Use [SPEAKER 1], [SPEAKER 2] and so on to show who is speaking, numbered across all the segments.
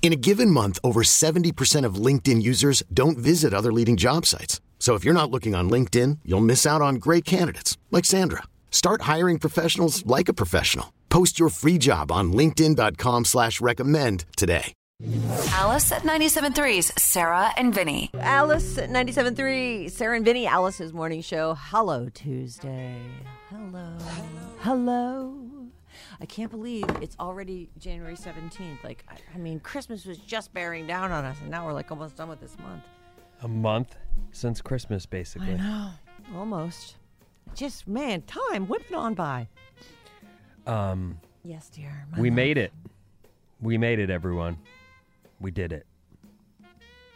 [SPEAKER 1] In a given month, over 70% of LinkedIn users don't visit other leading job sites. So if you're not looking on LinkedIn, you'll miss out on great candidates like Sandra. Start hiring professionals like a professional. Post your free job on linkedin.com slash recommend today.
[SPEAKER 2] Alice at 97.3's Sarah and Vinny.
[SPEAKER 3] Alice at 97.3, Sarah and Vinny, Alice's morning show. Hello, Tuesday. Hello. Hello. I can't believe it's already January 17th. Like, I, I mean, Christmas was just bearing down on us, and now we're like almost done with this month.
[SPEAKER 4] a month since Christmas, basically.
[SPEAKER 3] know. Almost. Just, man, time whipping on by.
[SPEAKER 4] Um,
[SPEAKER 3] Yes, dear.
[SPEAKER 4] we made it. We made it, everyone. We did it.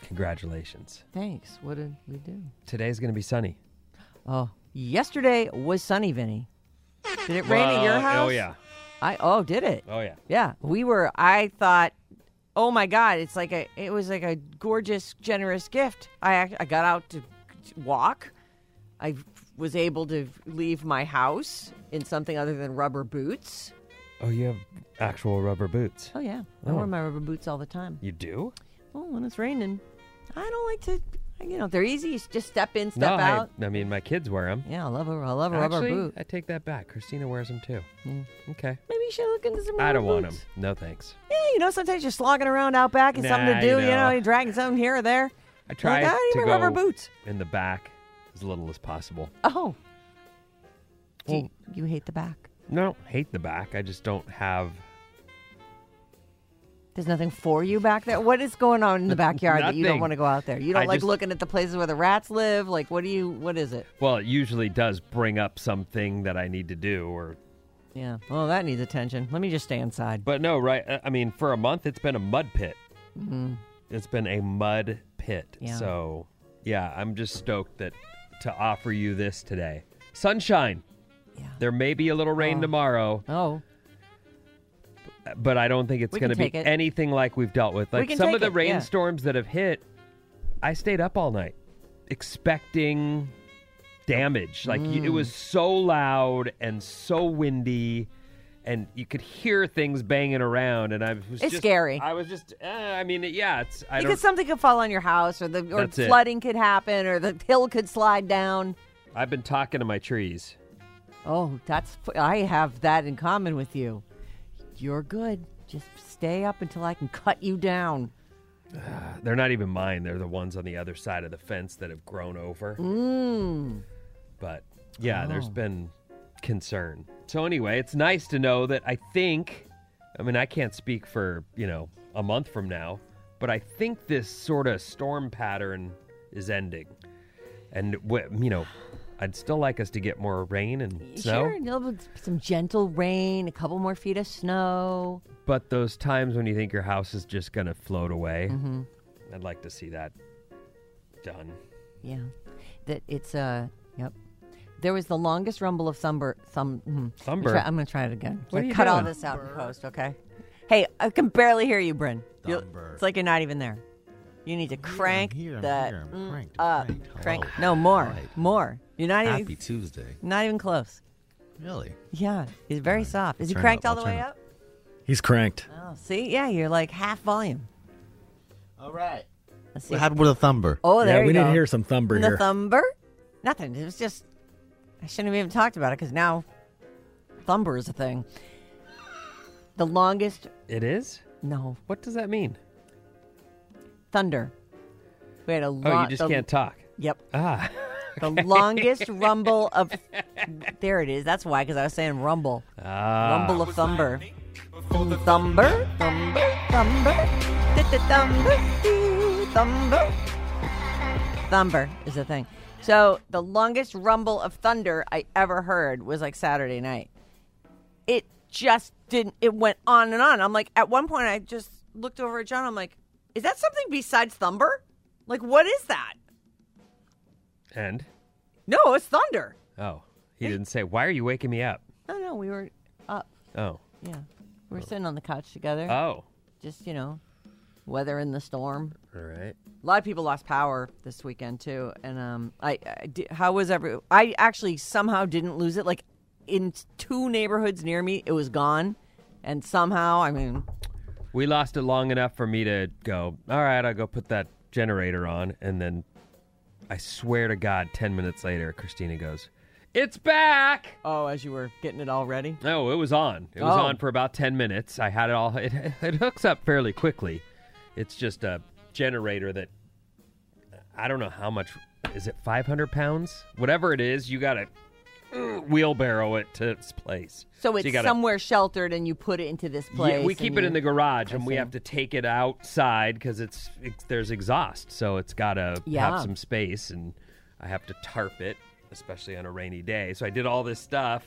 [SPEAKER 4] Congratulations.
[SPEAKER 3] Thanks. What did we do?
[SPEAKER 4] Today's going to be sunny.
[SPEAKER 3] Oh, yesterday was sunny, Vinny. Did it rain at your
[SPEAKER 4] Well,
[SPEAKER 3] house?
[SPEAKER 4] Oh yeah.
[SPEAKER 3] I Oh, did it?
[SPEAKER 4] Oh yeah.
[SPEAKER 3] Yeah, we were. I thought, oh my god, it's like a. It was like a gorgeous, generous gift. I act- I got out to walk. I was able to leave my house in something other than rubber boots.
[SPEAKER 4] Oh, you have actual rubber boots.
[SPEAKER 3] Oh yeah, I
[SPEAKER 4] Oh.
[SPEAKER 3] wear my rubber boots all the time.
[SPEAKER 4] You do?
[SPEAKER 3] Oh, when it's raining, I don't like to. You know, they're easy. You just step in,
[SPEAKER 4] no,
[SPEAKER 3] step out.
[SPEAKER 4] I, I mean my kids wear them.
[SPEAKER 3] Yeah, I love a. I love a
[SPEAKER 4] Actually,
[SPEAKER 3] rubber boot.
[SPEAKER 4] I take that back. Christina wears them too. Okay.
[SPEAKER 3] Maybe you should look into some. Rubber
[SPEAKER 4] I don't want them.
[SPEAKER 3] boots.
[SPEAKER 4] No thanks.
[SPEAKER 3] Yeah, you know, sometimes you're slogging around out back and something to
[SPEAKER 4] Nah,
[SPEAKER 3] do.
[SPEAKER 4] you
[SPEAKER 3] You know,
[SPEAKER 4] know.
[SPEAKER 3] you're dragging something here or there.
[SPEAKER 4] I
[SPEAKER 3] You're
[SPEAKER 4] tried
[SPEAKER 3] like, I need
[SPEAKER 4] to
[SPEAKER 3] my
[SPEAKER 4] go
[SPEAKER 3] rubber boots.
[SPEAKER 4] in the back as little as possible.
[SPEAKER 3] Oh. Do
[SPEAKER 4] Well-
[SPEAKER 3] you, you hate the back.
[SPEAKER 4] No, I don't hate the back. I just don't have
[SPEAKER 3] There's nothing for you back there. What is going on in the backyard that you don't
[SPEAKER 4] Nothing.
[SPEAKER 3] want to go out there? You don't
[SPEAKER 4] I
[SPEAKER 3] like
[SPEAKER 4] just-
[SPEAKER 3] looking at the places where the rats live. Like, what do you? What is it?
[SPEAKER 4] Well, it usually does bring up something that I need to do or
[SPEAKER 3] Yeah. Oh, that needs attention. Let me just stay inside.
[SPEAKER 4] but no, right? I- I mean, for a month it's been a mud pit. It's been a mud pit.
[SPEAKER 3] Mm-hmm. Yeah.
[SPEAKER 4] So, yeah, I'm just stoked that to offer you this today. Sunshine.
[SPEAKER 3] Yeah.
[SPEAKER 4] There may be a little rain tomorrow,
[SPEAKER 3] Oh,
[SPEAKER 4] but I don't think it's
[SPEAKER 3] We
[SPEAKER 4] going to
[SPEAKER 3] can
[SPEAKER 4] be
[SPEAKER 3] take it.
[SPEAKER 4] anything like we've dealt with.
[SPEAKER 3] We
[SPEAKER 4] Like
[SPEAKER 3] can
[SPEAKER 4] some
[SPEAKER 3] take
[SPEAKER 4] of the
[SPEAKER 3] it, yeah.
[SPEAKER 4] rainstorms that have hit, I stayed up all night expecting damage. Like y it
[SPEAKER 3] Mm.
[SPEAKER 4] was so loud and so windy. And you could hear things banging around, and I was
[SPEAKER 3] It's
[SPEAKER 4] just-
[SPEAKER 3] scary.
[SPEAKER 4] I was just, uh, I mean, yeah, it's. I
[SPEAKER 3] because
[SPEAKER 4] don't,
[SPEAKER 3] something could fall on your house, or the or
[SPEAKER 4] That's it.
[SPEAKER 3] flooding could happen, or the hill could slide down.
[SPEAKER 4] I've been talking to my trees.
[SPEAKER 3] Oh, that's. f- I have that in common with you. You're good. Just stay up until I can cut you down.
[SPEAKER 4] They're not even mine. They're the ones on the other side of the fence that have grown over.
[SPEAKER 3] Hmm.
[SPEAKER 4] But yeah, there's been concern. So anyway, it's nice to know that I think I mean, I can't speak for, you know, a month from now, but I think this sort of storm pattern is ending. And wh- you know, I'd still like us to get more rain and snow.
[SPEAKER 3] Sure, a little bit- some gentle rain, a couple more feet of snow.
[SPEAKER 4] But those times when you think your house is just going to float away, I'd like to see that done.
[SPEAKER 3] Yeah, that it's uh, yep. There was the longest rumble of thumber, thum, mm.
[SPEAKER 4] Thumber?
[SPEAKER 3] I'm, try- I'm gonna try it again.
[SPEAKER 4] What
[SPEAKER 3] I
[SPEAKER 4] are you
[SPEAKER 3] cut all
[SPEAKER 4] doing?
[SPEAKER 3] this out in post, okay? Hey, I can barely hear you, Bryn. You-
[SPEAKER 5] Thumber.
[SPEAKER 3] It's like you're not even there. You need to crank
[SPEAKER 5] here, I'm
[SPEAKER 3] that
[SPEAKER 5] here, I'm
[SPEAKER 3] mm
[SPEAKER 5] cranked, I'm
[SPEAKER 3] up,
[SPEAKER 5] cranked.
[SPEAKER 3] crank.
[SPEAKER 5] Hello.
[SPEAKER 3] No more,
[SPEAKER 5] Right.
[SPEAKER 3] more. You're not
[SPEAKER 5] Happy
[SPEAKER 3] even,
[SPEAKER 5] Tuesday.
[SPEAKER 3] not even close.
[SPEAKER 5] Really?
[SPEAKER 3] Yeah, he's very soft. Is he
[SPEAKER 5] turn it
[SPEAKER 3] cranked
[SPEAKER 5] up,
[SPEAKER 3] all the
[SPEAKER 5] I'll
[SPEAKER 3] way
[SPEAKER 5] turn it
[SPEAKER 3] up?
[SPEAKER 6] He's cranked.
[SPEAKER 3] Oh, see, yeah, you're like half volume.
[SPEAKER 5] All right.
[SPEAKER 3] Let's see.
[SPEAKER 5] What happened with a thumber?
[SPEAKER 3] Oh, there
[SPEAKER 6] yeah,
[SPEAKER 3] you
[SPEAKER 6] we
[SPEAKER 3] go.
[SPEAKER 6] need to hear some thumber
[SPEAKER 3] the
[SPEAKER 6] here.
[SPEAKER 3] thumber? Nothing. It was just I shouldn't have even talked about it because now thumber is a thing. The longest
[SPEAKER 4] It is?
[SPEAKER 3] no
[SPEAKER 4] What does that mean?
[SPEAKER 3] thunder. We had a
[SPEAKER 4] Oh,
[SPEAKER 3] lot.
[SPEAKER 4] you just
[SPEAKER 3] the-
[SPEAKER 4] can't talk.
[SPEAKER 3] Yep.
[SPEAKER 4] Ah,
[SPEAKER 3] The longest rumble of. There it is. That's why, because I was saying rumble.
[SPEAKER 4] Ah,
[SPEAKER 3] rumble of Thumber. Thumber, Thumber, Thumber. Thumber, Thumber. Thumber is the thing. So the longest rumble of thunder I ever heard was like Saturday night. It just didn't. It went on and on. I'm like, at one point, I just looked over at John. I'm like, is that something besides Thumber? Like, what is that?
[SPEAKER 4] and
[SPEAKER 3] No, it's thunder.
[SPEAKER 4] oh, he didn't say. Why are you waking me up?
[SPEAKER 3] No, no, we were up.
[SPEAKER 4] Oh,
[SPEAKER 3] Yeah, we were sitting on the couch together.
[SPEAKER 4] oh,
[SPEAKER 3] just you know, weathering the storm.
[SPEAKER 4] all right.
[SPEAKER 3] A lot of people lost power this weekend too, and um, I, I di- how was every? I actually somehow didn't lose it. Like in two neighborhoods near me, it was gone, and somehow, I mean,
[SPEAKER 4] We lost it long enough for me to go. All right, I'll go put that generator on, and then I swear to God, ten minutes later, Christina goes, "It's back."
[SPEAKER 3] oh, as you were getting it all ready.
[SPEAKER 4] No, it was on. It was
[SPEAKER 3] Oh.
[SPEAKER 4] on for about 10 minutes. I had it all. It, it hooks up fairly quickly. It's just a generator that I don't know how much. Is it 500 pounds? Whatever it is, you got to wheelbarrow it to its place.
[SPEAKER 3] So it's
[SPEAKER 4] you gotta-
[SPEAKER 3] somewhere sheltered, and you put it into this
[SPEAKER 4] Yeah,
[SPEAKER 3] place.
[SPEAKER 4] we
[SPEAKER 3] and
[SPEAKER 4] keep it
[SPEAKER 3] you-
[SPEAKER 4] in the garage, and we
[SPEAKER 3] see.
[SPEAKER 4] have to take it outside because it's, it's there's exhaust, so it's got to
[SPEAKER 3] Yeah.
[SPEAKER 4] have some space, and I have to tarp it, especially on a rainy day. So I did all this stuff,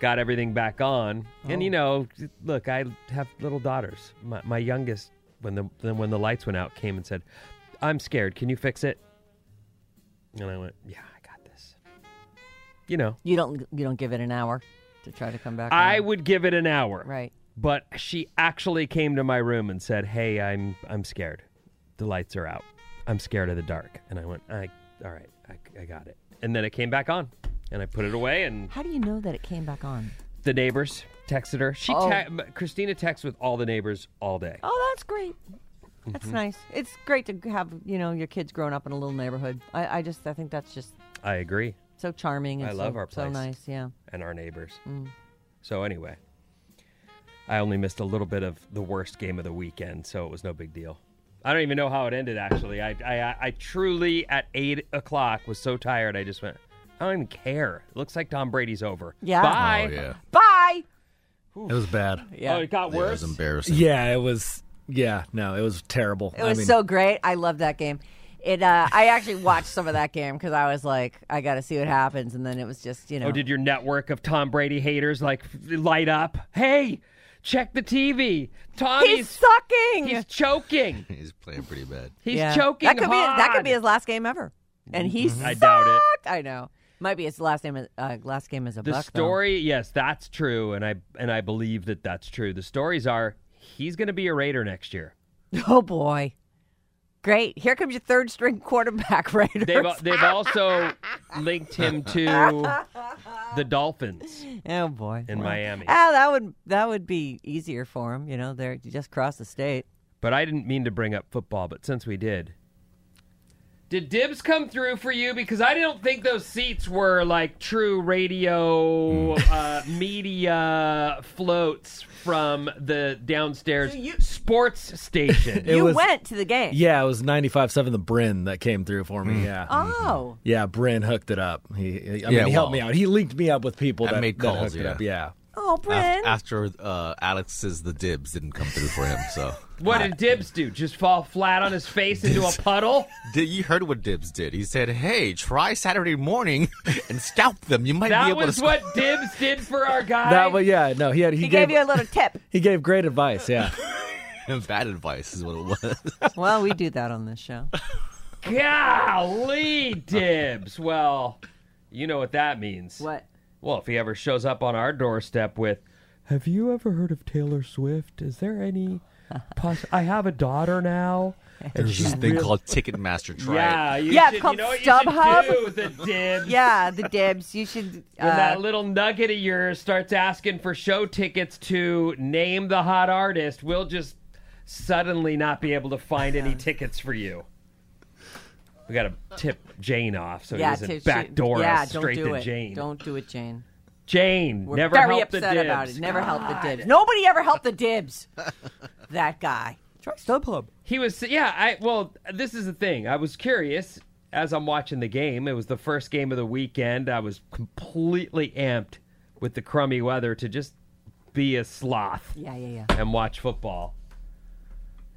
[SPEAKER 4] got everything back on, and
[SPEAKER 3] Oh.
[SPEAKER 4] you know, look, I have little daughters. My, my youngest, when the then when the lights went out, came and said, "I'm scared. Can you fix it?" And I went, "Yeah, I got this." You know,
[SPEAKER 3] You don't. You don't give it an hour to try to come back.
[SPEAKER 4] I
[SPEAKER 3] on.
[SPEAKER 4] would give it an hour
[SPEAKER 3] right.
[SPEAKER 4] but she actually came to my room and said, "Hey, I'm I'm scared. The lights are out. I'm scared of the dark." And I went, "I all right, I, I got it." And then it came back on, and I put it away. And
[SPEAKER 3] How do you know that it came back on?
[SPEAKER 4] the neighbors texted her. She
[SPEAKER 3] Oh.
[SPEAKER 4] te- Christina texts with all the neighbors all day.
[SPEAKER 3] Oh, that's great. That's
[SPEAKER 4] Mm-hmm.
[SPEAKER 3] nice. It's great to have you know your kids growing up in a little neighborhood. I, I just I think that's just
[SPEAKER 4] I agree,
[SPEAKER 3] so charming. And
[SPEAKER 4] I love
[SPEAKER 3] so,
[SPEAKER 4] our
[SPEAKER 3] So
[SPEAKER 4] place.
[SPEAKER 3] nice, yeah.
[SPEAKER 4] and our neighbors.
[SPEAKER 3] Mm.
[SPEAKER 4] So anyway, I only missed a little bit of the worst game of the weekend, so it was no big deal. I don't even know how it ended. Actually, I I, I truly at eight o'clock was so tired. I just went. I don't even care. It looks like Tom Brady's over.
[SPEAKER 3] Yeah.
[SPEAKER 4] Bye.
[SPEAKER 5] Oh yeah.
[SPEAKER 3] Bye.
[SPEAKER 6] It was bad.
[SPEAKER 3] Yeah.
[SPEAKER 4] Oh, it got
[SPEAKER 5] Yeah, it
[SPEAKER 4] worse.
[SPEAKER 5] was embarrassing.
[SPEAKER 6] Yeah, it was. Yeah, no, it was terrible.
[SPEAKER 3] It was so great. I love that game. It. Uh, I actually watched some of that game because I was like, I got to see what happens, and then it was just you know.
[SPEAKER 4] Oh, did your network of Tom Brady haters like f- light up? Hey, check the TV.
[SPEAKER 3] He's
[SPEAKER 4] Tommy's
[SPEAKER 3] sucking.
[SPEAKER 4] he's choking.
[SPEAKER 5] He's playing pretty bad.
[SPEAKER 4] He's
[SPEAKER 3] Yeah.
[SPEAKER 4] choking.
[SPEAKER 3] That could be that could
[SPEAKER 4] hard. Mm-hmm.
[SPEAKER 3] be his last game ever, and he
[SPEAKER 4] I doubt it.
[SPEAKER 3] sucked. I know. Might be his last name. Uh, last game as a
[SPEAKER 4] the
[SPEAKER 3] buck. though.
[SPEAKER 4] story yes that's true and i and i believe that that's true the stories are he's going to be a raider next year
[SPEAKER 3] Oh boy. Great. Here comes your third string quarterback, Raiders.
[SPEAKER 4] they've they've also linked him to the dolphins
[SPEAKER 3] oh boy.
[SPEAKER 4] in miami
[SPEAKER 3] Oh, that would that would be easier for him, you know, they're just across the state.
[SPEAKER 4] but i didn't mean to bring up football but since we did did dibs come through for you because i don't think those seats were like true radio uh, media floats from the downstairs sports station
[SPEAKER 6] It
[SPEAKER 3] you
[SPEAKER 6] was-
[SPEAKER 3] went to the game.
[SPEAKER 6] Yeah, it was 95.7 the Bryn that came through for me. Yeah.
[SPEAKER 3] Oh.
[SPEAKER 6] Yeah, Bryn hooked it up. He, he- I mean,
[SPEAKER 5] Yeah,
[SPEAKER 6] he helped
[SPEAKER 5] well,
[SPEAKER 6] me out. He linked me up with people
[SPEAKER 5] I
[SPEAKER 6] that,
[SPEAKER 5] made
[SPEAKER 6] that
[SPEAKER 5] calls,
[SPEAKER 6] hooked it up. Yeah.
[SPEAKER 3] Oh, Bryn.
[SPEAKER 5] Af- after uh, Alex's the dibs didn't come through for him, so
[SPEAKER 4] What did Dibs do? Just fall flat on his face into a puddle?
[SPEAKER 5] did you heard what Dibs did? He said, "Hey, try Saturday morning and scalp them. You might be
[SPEAKER 4] That
[SPEAKER 5] able
[SPEAKER 4] was
[SPEAKER 5] to."
[SPEAKER 4] what Dibs did for our guy.
[SPEAKER 6] That was, yeah, no, he had, he,
[SPEAKER 3] he
[SPEAKER 6] gave,
[SPEAKER 3] gave you a little tip.
[SPEAKER 6] he gave great advice. Yeah.
[SPEAKER 5] What... Bad advice is what it was.
[SPEAKER 3] well, we do that on this show.
[SPEAKER 4] golly Dibs. Well, you know what that means.
[SPEAKER 3] What?
[SPEAKER 4] Well, if he ever shows up on our doorstep with, "Have you ever heard of Taylor Swift? Is there any? Poss- I have a daughter now."
[SPEAKER 5] There's this thing called Ticketmaster. Try it.
[SPEAKER 4] Yeah, you
[SPEAKER 3] Yeah,
[SPEAKER 4] should,
[SPEAKER 3] it's called
[SPEAKER 4] you know what you should
[SPEAKER 3] StubHub.
[SPEAKER 4] do, the Dibs.
[SPEAKER 3] Yeah, the dibs. You should
[SPEAKER 4] When that
[SPEAKER 3] uh,
[SPEAKER 4] little nugget of yours starts asking for show tickets to name the hot artist, we'll just suddenly not be able to find any tickets for you. We got to tip Jane off so
[SPEAKER 3] yeah,
[SPEAKER 4] he
[SPEAKER 3] to-
[SPEAKER 4] doesn't backdoor
[SPEAKER 3] yeah,
[SPEAKER 4] us straight
[SPEAKER 3] don't do
[SPEAKER 4] to
[SPEAKER 3] it.
[SPEAKER 4] Jane.
[SPEAKER 3] Don't do it, Jane.
[SPEAKER 4] Jane,
[SPEAKER 3] We're
[SPEAKER 4] never
[SPEAKER 3] very
[SPEAKER 4] help
[SPEAKER 3] upset
[SPEAKER 4] the dibs.
[SPEAKER 3] about it. Never help the dibs. Nobody ever helped the dibs. that guy. Try StubHub.
[SPEAKER 4] He was, yeah. I well, this is the thing. I was curious as I'm watching the game, it was the first game of the weekend. I was completely amped with the crummy weather to just be a sloth
[SPEAKER 3] Yeah, yeah, yeah.
[SPEAKER 4] and watch football.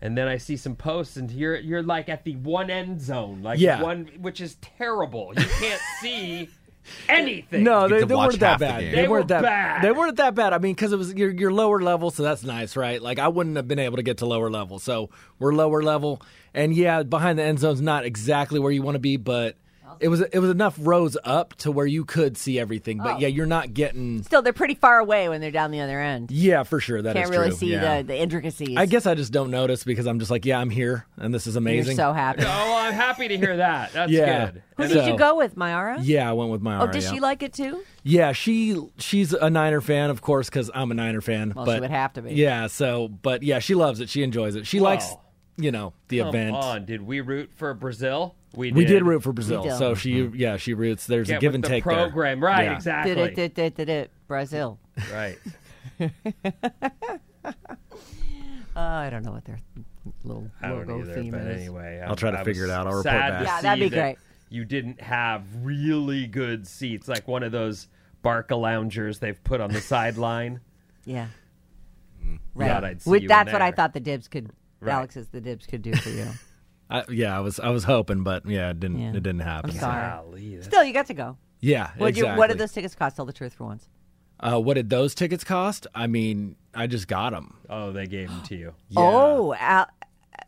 [SPEAKER 4] And then I see some posts, and you're you're like at the one end zone, like
[SPEAKER 6] Yeah.
[SPEAKER 4] one, which is terrible. You can't see anything.
[SPEAKER 6] No, they,
[SPEAKER 5] to
[SPEAKER 6] they
[SPEAKER 5] watch
[SPEAKER 6] weren't that
[SPEAKER 5] half the
[SPEAKER 6] bad.
[SPEAKER 5] game.
[SPEAKER 4] They were
[SPEAKER 6] weren't that
[SPEAKER 4] bad.
[SPEAKER 6] They weren't that bad. I mean, because it was your your lower level, so that's nice, right? Like I wouldn't have been able to get to lower level, so we're lower level, and yeah, behind the end zone's not exactly where you want to be, but it was it was enough rows up to where you could see everything.
[SPEAKER 3] Oh.
[SPEAKER 6] But yeah, you're not getting.
[SPEAKER 3] Still, they're pretty far away when they're down the other end.
[SPEAKER 6] Yeah, for sure. That is
[SPEAKER 3] Can't really
[SPEAKER 6] true.
[SPEAKER 3] see
[SPEAKER 6] yeah.
[SPEAKER 3] the, the intricacies.
[SPEAKER 6] I guess I just don't notice because I'm just like, yeah, I'm here, and this is
[SPEAKER 3] you're
[SPEAKER 6] amazing.
[SPEAKER 3] so happy.
[SPEAKER 4] Oh, well, I'm happy to hear that. That's
[SPEAKER 6] Yeah.
[SPEAKER 4] good.
[SPEAKER 3] Who
[SPEAKER 6] And
[SPEAKER 3] did
[SPEAKER 6] so-
[SPEAKER 3] you go with, Myara?
[SPEAKER 6] Yeah, I went with my.
[SPEAKER 3] Oh, did she like it too?
[SPEAKER 6] Yeah, she she's a Niner fan, of course, because I'm a Niner fan.
[SPEAKER 3] Well, she
[SPEAKER 6] but
[SPEAKER 3] would have to be.
[SPEAKER 6] Yeah, so but yeah, she loves it. She enjoys it. She likes
[SPEAKER 4] Wow.
[SPEAKER 6] you know the
[SPEAKER 4] Come
[SPEAKER 6] event.
[SPEAKER 4] on, did we root for Brazil?
[SPEAKER 6] We did root for Brazil,
[SPEAKER 3] did.
[SPEAKER 6] so she yeah she roots. There's
[SPEAKER 4] Get
[SPEAKER 6] a give
[SPEAKER 4] Mm-hmm. with
[SPEAKER 6] and
[SPEAKER 4] the
[SPEAKER 6] take there.
[SPEAKER 4] program, right?
[SPEAKER 6] Yeah.
[SPEAKER 4] Exactly.
[SPEAKER 3] Did it, did it, did it, Brazil.
[SPEAKER 4] Right.
[SPEAKER 3] Uh, I don't know what their little
[SPEAKER 4] I don't
[SPEAKER 3] logo
[SPEAKER 4] either.
[SPEAKER 3] theme
[SPEAKER 4] But
[SPEAKER 3] is.
[SPEAKER 4] anyway,
[SPEAKER 6] I'll try to
[SPEAKER 4] was
[SPEAKER 6] figure it out. I'll report
[SPEAKER 4] sad to
[SPEAKER 6] back.
[SPEAKER 3] Yeah, that'd
[SPEAKER 4] see
[SPEAKER 3] be
[SPEAKER 4] that
[SPEAKER 3] great.
[SPEAKER 4] You didn't have really good seats, like one of those Barca loungers they've put on the sideline.
[SPEAKER 3] Yeah.
[SPEAKER 4] Mm. Thought I'd see
[SPEAKER 3] Which-
[SPEAKER 4] you in
[SPEAKER 3] that's what I
[SPEAKER 4] there.
[SPEAKER 3] thought the dibs could,
[SPEAKER 4] Right.
[SPEAKER 3] Alex's the dibs could do for you.
[SPEAKER 6] I, yeah, I was I was hoping, but yeah, it didn't
[SPEAKER 3] Yeah.
[SPEAKER 6] it didn't happen.
[SPEAKER 3] I'm sorry.
[SPEAKER 4] Golly, that's-
[SPEAKER 3] Still, you got to go.
[SPEAKER 6] Yeah,
[SPEAKER 3] What,
[SPEAKER 6] exactly.
[SPEAKER 3] you, what did those tickets cost? Tell the truth for once.
[SPEAKER 6] Uh, what did those tickets cost? I mean, I just got them.
[SPEAKER 4] oh, they gave them to you.
[SPEAKER 3] Oh, Al,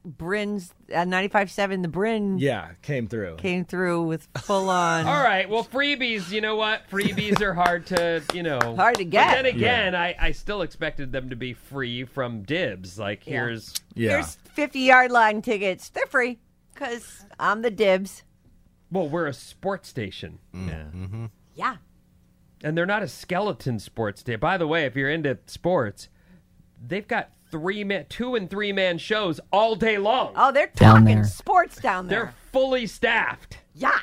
[SPEAKER 3] Bryn's uh, 95.7, the Bryn
[SPEAKER 6] Yeah, came through.
[SPEAKER 3] came through with full on.
[SPEAKER 4] All right. Well, freebies. You know what? Freebies are hard to you know
[SPEAKER 3] Hard to get.
[SPEAKER 4] But then again, I, I still expected them to be free from dibs. Like here's
[SPEAKER 6] yeah,
[SPEAKER 3] Here's 50 yard line tickets. They're free because I'm the dibs.
[SPEAKER 4] well, we're a sports station.
[SPEAKER 6] yeah.
[SPEAKER 3] Yeah.
[SPEAKER 4] and they're not a skeleton sports day. By the way, if you're into sports, they've got three man, two and three man shows all day long.
[SPEAKER 3] Oh, they're
[SPEAKER 2] Down
[SPEAKER 3] talking
[SPEAKER 2] there.
[SPEAKER 3] sports down there.
[SPEAKER 4] They're fully staffed.
[SPEAKER 3] yeah.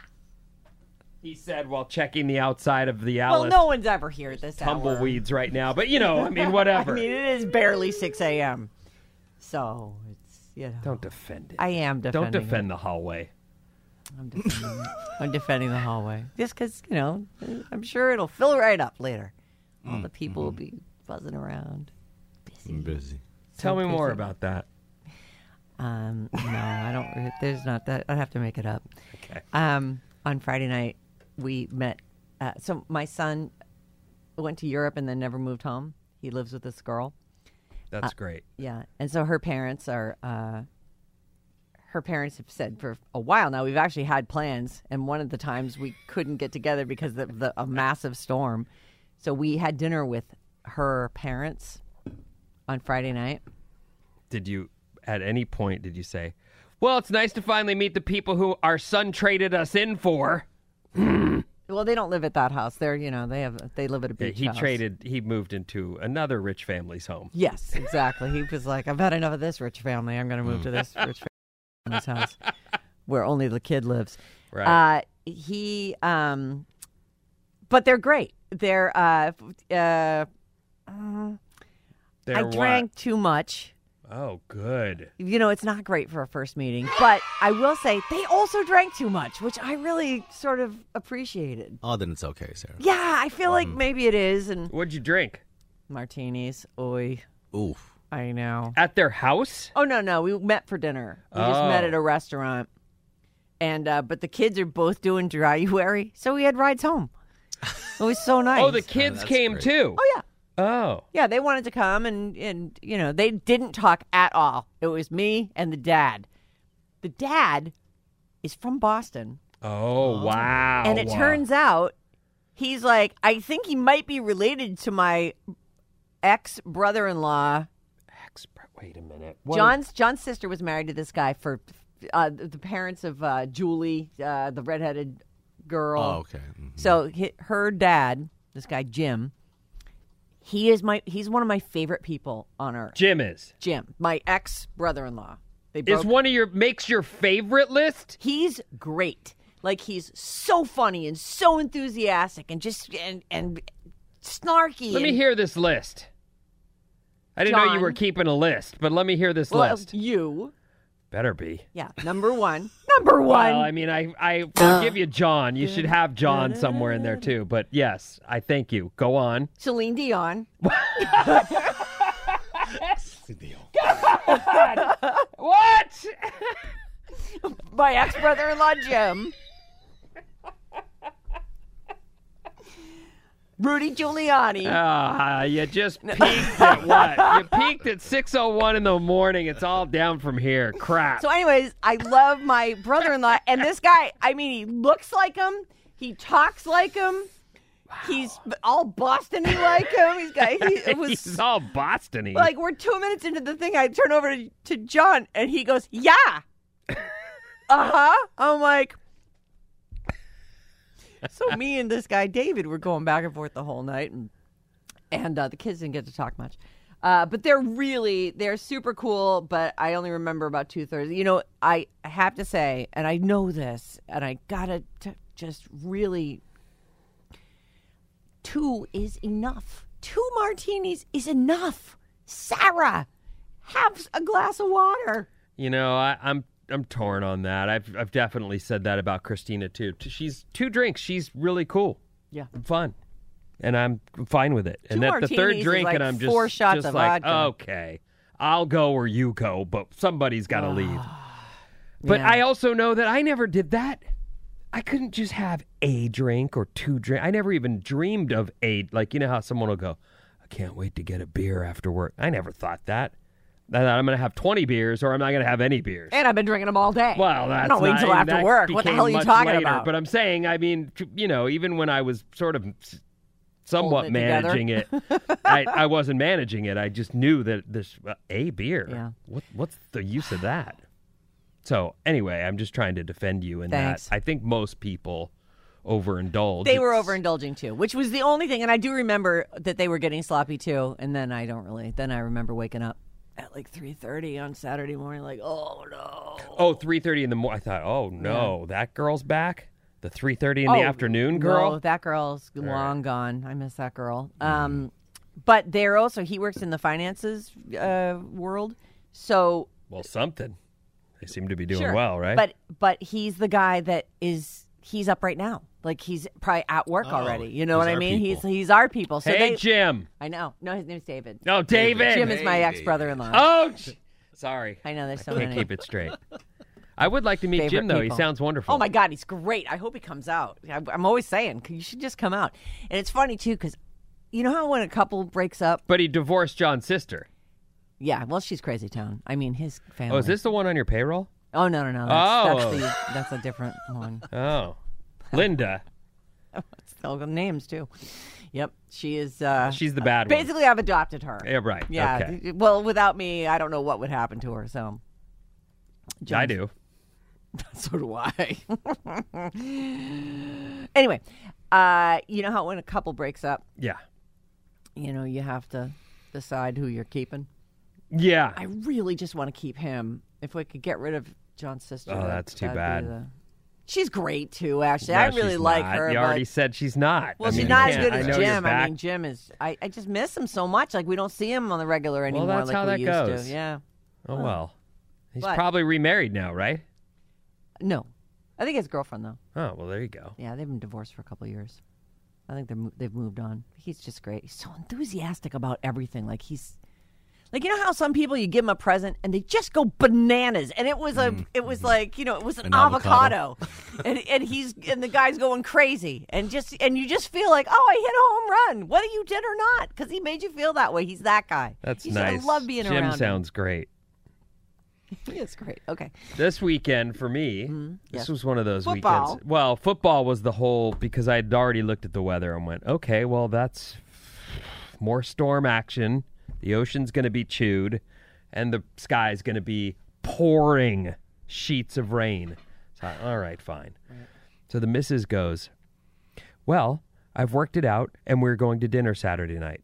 [SPEAKER 4] He said while checking the outside of the
[SPEAKER 3] Well,
[SPEAKER 4] Alice
[SPEAKER 3] no one's ever here at this hour.
[SPEAKER 4] tumbleweeds right now, but you know, I mean, whatever.
[SPEAKER 3] I mean, it is barely 6 a.m. So it's, you know.
[SPEAKER 4] Don't defend it.
[SPEAKER 3] I am
[SPEAKER 4] Don't
[SPEAKER 3] defending.
[SPEAKER 4] defend the hallway.
[SPEAKER 3] it. I'm defending, it. I'm defending the hallway. Just because, you know, I'm sure it'll fill right up later. All the people will be buzzing around.
[SPEAKER 5] I'm busy.
[SPEAKER 4] Tell me more about that.
[SPEAKER 3] Um, no, I don't. re- There's not that. I'd have to make it up. Okay. Um, on Friday night, we met. Uh, so my son went to Europe and then never moved home. He lives with this girl. Uh,
[SPEAKER 4] That's great.
[SPEAKER 3] Yeah, and so her parents are. Uh, her parents have said for a while now we've actually had plans, and one of the times we couldn't get together because of the, a massive storm, so we had dinner with her parents on Friday night.
[SPEAKER 4] Did you, at any point, did you say, well, it's nice to finally meet the people who our son traded us in for?
[SPEAKER 3] Well, they don't live at that house. They're you know they have they live at a
[SPEAKER 4] Yeah,
[SPEAKER 3] beach.
[SPEAKER 4] he
[SPEAKER 3] house.
[SPEAKER 4] traded, he moved into another rich family's home.
[SPEAKER 3] Yes, exactly. he was like, I've had enough of this rich family. I'm going to
[SPEAKER 4] Mm.
[SPEAKER 3] move to this rich family's house where only the kid lives.
[SPEAKER 4] Right.
[SPEAKER 3] Uh, he, um, but they're great. They're, uh, f- uh,
[SPEAKER 4] They're
[SPEAKER 3] I
[SPEAKER 4] what?
[SPEAKER 3] drank too much.
[SPEAKER 4] Oh, good.
[SPEAKER 3] You know, it's not great for a first meeting, but I will say they also drank too much, which I really sort of appreciated.
[SPEAKER 5] Oh, then it's okay, Sarah.
[SPEAKER 3] Yeah, I feel like maybe it is. And
[SPEAKER 4] What'd you drink?
[SPEAKER 3] martinis. Oi,
[SPEAKER 5] Oof.
[SPEAKER 3] I know.
[SPEAKER 4] At their house?
[SPEAKER 3] Oh no, no, we met for dinner. We just met
[SPEAKER 4] Oh.
[SPEAKER 3] at a restaurant, and uh, but the kids are both doing dryuary, so we had rides home. It was so nice.
[SPEAKER 4] Oh, the kids came too.
[SPEAKER 3] Oh, yeah,
[SPEAKER 4] Oh.
[SPEAKER 3] yeah. They wanted to come, and and you know they didn't talk at all. It was me and the dad. The dad is from Boston,
[SPEAKER 4] Oh, wow.
[SPEAKER 3] and it turns out he's like I think he might be related to my ex brother-in-law
[SPEAKER 4] Wait a minute.
[SPEAKER 3] John's John's sister was married to this guy for uh, the parents of uh, Julie, uh, the redheaded girl.
[SPEAKER 5] Oh, okay.
[SPEAKER 4] Mm-hmm.
[SPEAKER 5] Mm.
[SPEAKER 3] So hi her dad, this guy Jim, he is my he's one of my favorite people on earth.
[SPEAKER 4] Jim is.
[SPEAKER 3] Jim, my ex brother in law. They
[SPEAKER 4] Is
[SPEAKER 3] broke.
[SPEAKER 4] one of your, makes your favorite list?
[SPEAKER 3] he's great. Like he's so funny and so enthusiastic and just and and snarky.
[SPEAKER 4] Let me
[SPEAKER 3] and-
[SPEAKER 4] hear this list. I didn't know you
[SPEAKER 3] John.
[SPEAKER 4] were keeping a list, but let me hear this
[SPEAKER 3] Well,
[SPEAKER 4] list.
[SPEAKER 3] you.
[SPEAKER 4] Better be.
[SPEAKER 3] Yeah, number one. number one.
[SPEAKER 4] Well, I mean, I I will give you John. You should have John somewhere in there too. But yes, I thank you. Go on.
[SPEAKER 3] Celine Dion.
[SPEAKER 4] What?
[SPEAKER 3] my ex brother in law Jim. Rudy Giuliani.
[SPEAKER 4] Ah, you just peaked at what? You peaked at 6:01 in the morning. It's all down from here. Crap.
[SPEAKER 3] So, anyways, I love my brother in law. And this guy, I mean, he looks like him, he talks like him. He's all Bostony like him. He's got he it was
[SPEAKER 4] He's all Bostony.
[SPEAKER 3] like we're two minutes into the thing. I turn over to, to John and he goes, Yeah. uh huh. I'm like, So me and this guy, David, were going back and forth the whole night. And, and uh, the kids didn't get to talk much. Uh, but they're really, they're super cool. But I only remember about two thirds. You know, I have to say, and I know this, and I gotta t- just really two is enough. Two martinis is enough. Sarah, have a glass of water.
[SPEAKER 4] You know, I, I'm I'm torn on that. I've I've definitely said that about Christina too. T- She's two drinks. She's really cool.
[SPEAKER 3] Yeah.
[SPEAKER 4] and fun, and I'm fine with it.
[SPEAKER 3] Two
[SPEAKER 4] and at the
[SPEAKER 3] martinis
[SPEAKER 4] third
[SPEAKER 3] is
[SPEAKER 4] drink,
[SPEAKER 3] like
[SPEAKER 4] and I'm just
[SPEAKER 3] four shots
[SPEAKER 4] just
[SPEAKER 3] of
[SPEAKER 4] like,
[SPEAKER 3] vodka.
[SPEAKER 4] okay, I'll go or you go, but somebody's got to leave. But
[SPEAKER 3] Ah. Yeah.
[SPEAKER 4] I also know that I never did that. I couldn't just have a drink or two drink. I never even dreamed of a like. You know how someone will go, I can't wait to get a beer after work. I never thought that. I thought I'm going to have 20 beers or I'm not going to have any beers.
[SPEAKER 3] And I've been drinking them all day.
[SPEAKER 4] Well, that's
[SPEAKER 3] I don't wait
[SPEAKER 4] not-
[SPEAKER 3] until after
[SPEAKER 4] that
[SPEAKER 3] work. What the
[SPEAKER 4] became
[SPEAKER 3] hell are you
[SPEAKER 4] much
[SPEAKER 3] talking
[SPEAKER 4] later,
[SPEAKER 3] about?
[SPEAKER 4] But I'm saying, I mean, t- you know, even when I was sort of s- somewhat
[SPEAKER 3] Holding it together.
[SPEAKER 4] managing it, I, I wasn't managing it. I just knew that this uh, a beer.
[SPEAKER 3] Yeah.
[SPEAKER 4] What what's the use of that? So anyway, I'm just trying to defend you in
[SPEAKER 3] Thanks.
[SPEAKER 4] that. I think most people overindulge.
[SPEAKER 3] They were
[SPEAKER 4] It's-
[SPEAKER 3] overindulging too, which was the only thing. And I do remember that they were getting sloppy too. And then I don't really. Then I remember waking up at like three thirty on Saturday morning, like, oh no.
[SPEAKER 4] Oh, 3.30 in the morning. I thought, oh, no, that girl's back? The 3.30 in
[SPEAKER 3] Oh,
[SPEAKER 4] the afternoon
[SPEAKER 3] No,
[SPEAKER 4] girl? Mm-hmm.
[SPEAKER 3] that girl's long gone. I miss that girl. Um, but they're also he works in the finances uh, world, so
[SPEAKER 4] well, something. They seem to be doing
[SPEAKER 3] Sure.
[SPEAKER 4] well, right?
[SPEAKER 3] But but he's the guy that is he's up right now. Like he's probably at work already. You know
[SPEAKER 5] Oh, he's
[SPEAKER 3] what I
[SPEAKER 5] our
[SPEAKER 3] mean?
[SPEAKER 5] people.
[SPEAKER 3] He's he's our people. So
[SPEAKER 4] hey,
[SPEAKER 3] they
[SPEAKER 4] Jim.
[SPEAKER 3] I know. No, his name's David.
[SPEAKER 4] No, David.
[SPEAKER 3] Jim is my
[SPEAKER 5] Hey,
[SPEAKER 3] ex brother in law.
[SPEAKER 4] Oh, j- sorry.
[SPEAKER 3] I know there's so
[SPEAKER 4] Can't
[SPEAKER 3] many.
[SPEAKER 4] keep it straight. I would like to meet
[SPEAKER 3] Favorite
[SPEAKER 4] Jim though.
[SPEAKER 3] people.
[SPEAKER 4] He sounds wonderful.
[SPEAKER 3] Oh my God, he's great. I hope he comes out. I, I'm always saying you should just come out. And it's funny too because you know how when a couple breaks up,
[SPEAKER 4] But he divorced John's sister.
[SPEAKER 3] Oh yeah. Well, she's crazy town. I mean, his family.
[SPEAKER 4] Oh, is this the one on your payroll?
[SPEAKER 3] Oh no no no. That's,
[SPEAKER 4] Oh.
[SPEAKER 3] that's, the, that's a different one.
[SPEAKER 4] Oh, Linda.
[SPEAKER 3] It's all the names too. Yep, she is. Uh,
[SPEAKER 4] She's the bad one.
[SPEAKER 3] Basically, I've adopted her.
[SPEAKER 4] Yeah, right.
[SPEAKER 3] Yeah.
[SPEAKER 4] Okay.
[SPEAKER 3] th- Well, without me, I don't know what would happen to her. So,
[SPEAKER 4] I do.
[SPEAKER 3] so do I. anyway, uh, you know how when a couple breaks up,
[SPEAKER 4] Yeah.
[SPEAKER 3] you know you have to decide who you're keeping.
[SPEAKER 4] Yeah.
[SPEAKER 3] I really just want to keep him. If we could get rid of John's sister,
[SPEAKER 4] Oh,
[SPEAKER 3] that-
[SPEAKER 4] that's too
[SPEAKER 3] that'd be
[SPEAKER 4] bad.
[SPEAKER 3] the- She's great too, actually.
[SPEAKER 4] No,
[SPEAKER 3] I really
[SPEAKER 4] she's
[SPEAKER 3] like
[SPEAKER 4] not.
[SPEAKER 3] her.
[SPEAKER 4] You
[SPEAKER 3] but-
[SPEAKER 4] already said she's not.
[SPEAKER 3] Well,
[SPEAKER 4] I mean,
[SPEAKER 3] she's
[SPEAKER 4] you
[SPEAKER 3] not as
[SPEAKER 4] can't.
[SPEAKER 3] good
[SPEAKER 4] I
[SPEAKER 3] as
[SPEAKER 4] know you're
[SPEAKER 3] Jim. I
[SPEAKER 4] back.
[SPEAKER 3] mean, Jim is. I, I just miss him so much. Like we don't see him on the regular anymore.
[SPEAKER 4] that's
[SPEAKER 3] like
[SPEAKER 4] how
[SPEAKER 3] we
[SPEAKER 4] that
[SPEAKER 3] used
[SPEAKER 4] goes.
[SPEAKER 3] to. Yeah.
[SPEAKER 4] oh well. He's
[SPEAKER 3] But-
[SPEAKER 4] probably remarried now, right?
[SPEAKER 3] No, I think his girlfriend though.
[SPEAKER 4] Oh well, there you go.
[SPEAKER 3] Yeah, they've been divorced for a couple years. I think they're mo- they've moved on. He's just great. He's so enthusiastic about everything. Like he's like you know how some people you give them a present and they just go bananas. And it was a
[SPEAKER 4] Mm-hmm.
[SPEAKER 3] it was like you know it was an,
[SPEAKER 5] An
[SPEAKER 3] avocado,
[SPEAKER 5] avocado.
[SPEAKER 3] and and he's and the guy's going crazy and just and you just feel like oh I hit a home run whether you did or not because he made you feel that way. He's that guy.
[SPEAKER 4] That's
[SPEAKER 3] you
[SPEAKER 4] nice.
[SPEAKER 3] I love being
[SPEAKER 4] Jim
[SPEAKER 3] around.
[SPEAKER 4] sounds great.
[SPEAKER 3] him. He is great. Okay.
[SPEAKER 4] this weekend for me, this
[SPEAKER 3] yes.
[SPEAKER 4] was one of those
[SPEAKER 3] Football.
[SPEAKER 4] weekends. Well, football was the whole because I had already looked at the weather and went, okay, well that's more storm action. The ocean's going to be chewed, and the sky's going to be pouring sheets of rain. So I, all right, fine. So the missus goes, well, I've worked it out, and we're going to dinner Saturday night.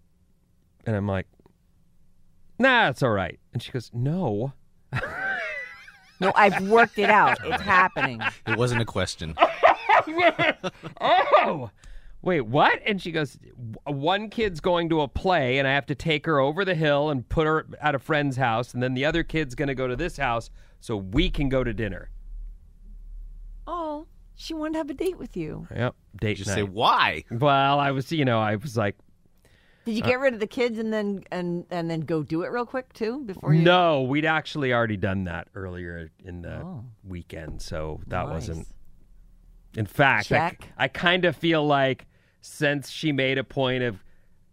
[SPEAKER 4] And I'm like, nah, it's all right. And she goes, no.
[SPEAKER 3] No, I've worked it out. It's happening.
[SPEAKER 5] It wasn't a question.
[SPEAKER 4] oh wait what and she goes "W- one kid's going to a play and i have to take her over the hill and put her at a friend's house and then the other kid's going to go to this house so we can go to dinner
[SPEAKER 3] She wanted to have a date with you.
[SPEAKER 4] Yep. Date
[SPEAKER 5] Just
[SPEAKER 4] night.
[SPEAKER 5] say why.
[SPEAKER 4] well, I was, you know, I was like,
[SPEAKER 3] Did
[SPEAKER 4] Uh,
[SPEAKER 3] you get rid of the kids and then and and then go do it real quick too before you?
[SPEAKER 4] no, we'd actually already done that earlier in the
[SPEAKER 3] Oh.
[SPEAKER 4] weekend, so that wasn't. In fact, I-
[SPEAKER 3] Check.
[SPEAKER 4] I, kind of feel like since she made a point of,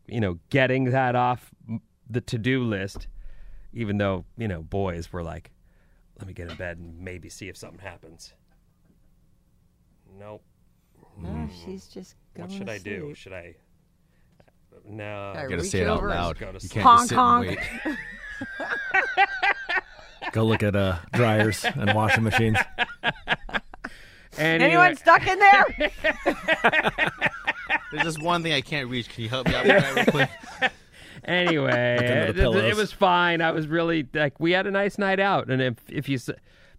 [SPEAKER 4] you know, getting that off m- the to-do list, even though you know boys were like, "Let me get in bed and maybe see if something happens." Nope.
[SPEAKER 3] No, she's just. Going
[SPEAKER 4] What should I do?
[SPEAKER 3] to sleep.
[SPEAKER 4] Should I? uh, No.
[SPEAKER 3] I
[SPEAKER 5] You gotta
[SPEAKER 3] reach
[SPEAKER 5] say it out
[SPEAKER 3] over and-
[SPEAKER 5] loud.
[SPEAKER 4] Go to
[SPEAKER 5] You
[SPEAKER 4] sleep.
[SPEAKER 5] can't just
[SPEAKER 3] Honk,
[SPEAKER 5] sit and
[SPEAKER 3] honk.
[SPEAKER 5] wait.
[SPEAKER 6] Go look at uh, dryers and washing machines.
[SPEAKER 4] Anyway-
[SPEAKER 3] Anyone stuck in there?
[SPEAKER 5] There's just one thing I can't reach. Can you help me out with that real quick?
[SPEAKER 4] anyway,
[SPEAKER 6] under
[SPEAKER 4] it,
[SPEAKER 6] the
[SPEAKER 4] it- it
[SPEAKER 6] pillows.
[SPEAKER 4] was fine. I was really like we had a nice night out, and if if you s-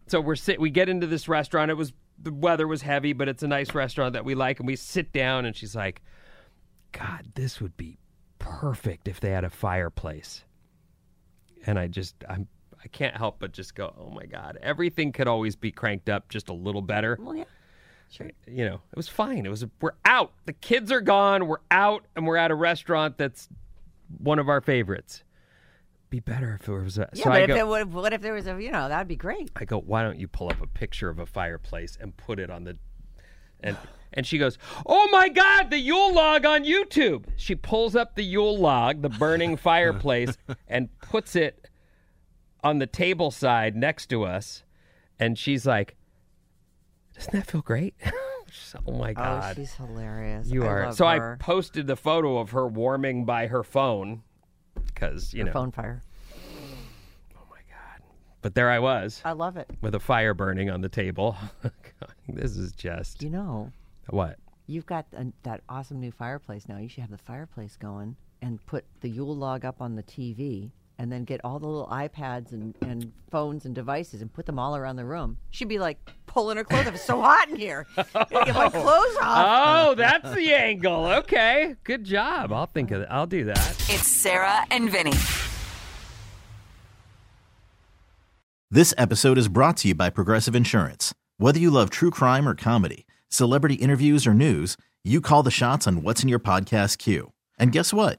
[SPEAKER 4] so we're sit we get into this restaurant. It was the weather was heavy, but it's a nice restaurant that we like, and we sit down, and she's like, "God, this would be perfect if they had a fireplace." And I just I'm. I can't help but just go, oh my God, everything could always be cranked up just a little better.
[SPEAKER 3] well, yeah.
[SPEAKER 4] you know, it was fine. It was we're out. The kids are gone. We're out, and we're at a restaurant that's one of our favorites. Be better if it was. A,
[SPEAKER 3] Yeah,
[SPEAKER 4] so
[SPEAKER 3] but
[SPEAKER 4] I
[SPEAKER 3] if
[SPEAKER 4] go.
[SPEAKER 3] it would, what if there was a, you know, that'd be great.
[SPEAKER 4] I go. Why don't you pull up a picture of a fireplace and put it on the, and and she goes, oh my god, the Yule log on YouTube. She pulls up the Yule log, the burning fireplace, and puts it on the table side next to us, and she's like, doesn't that feel great? She's, oh my god.
[SPEAKER 3] Oh, she's hilarious.
[SPEAKER 4] You
[SPEAKER 3] I
[SPEAKER 4] are.
[SPEAKER 3] love
[SPEAKER 4] So
[SPEAKER 3] her.
[SPEAKER 4] I posted the photo of her warming by her phone because, you
[SPEAKER 3] Her
[SPEAKER 4] know,
[SPEAKER 3] phone fire.
[SPEAKER 4] but there I was
[SPEAKER 3] I love it.
[SPEAKER 4] with a fire burning on the table. God, this is just
[SPEAKER 3] You know,
[SPEAKER 4] what?
[SPEAKER 3] you've got an that awesome new fireplace now. You should have the fireplace going and put the Yule log up on the TV and then get all the little iPads and, and phones and devices and put them all around the room. She'd be like pulling her clothes up. It's so hot in here. I gotta get my clothes off.
[SPEAKER 4] Oh, that's the angle. Okay. Good job. I'll think of that. I'll do that.
[SPEAKER 2] It's Sarah and Vinny.
[SPEAKER 7] This episode is brought to you by Progressive Insurance. Whether you love true crime or comedy, celebrity interviews or news, you call the shots on what's in your podcast queue. And guess what?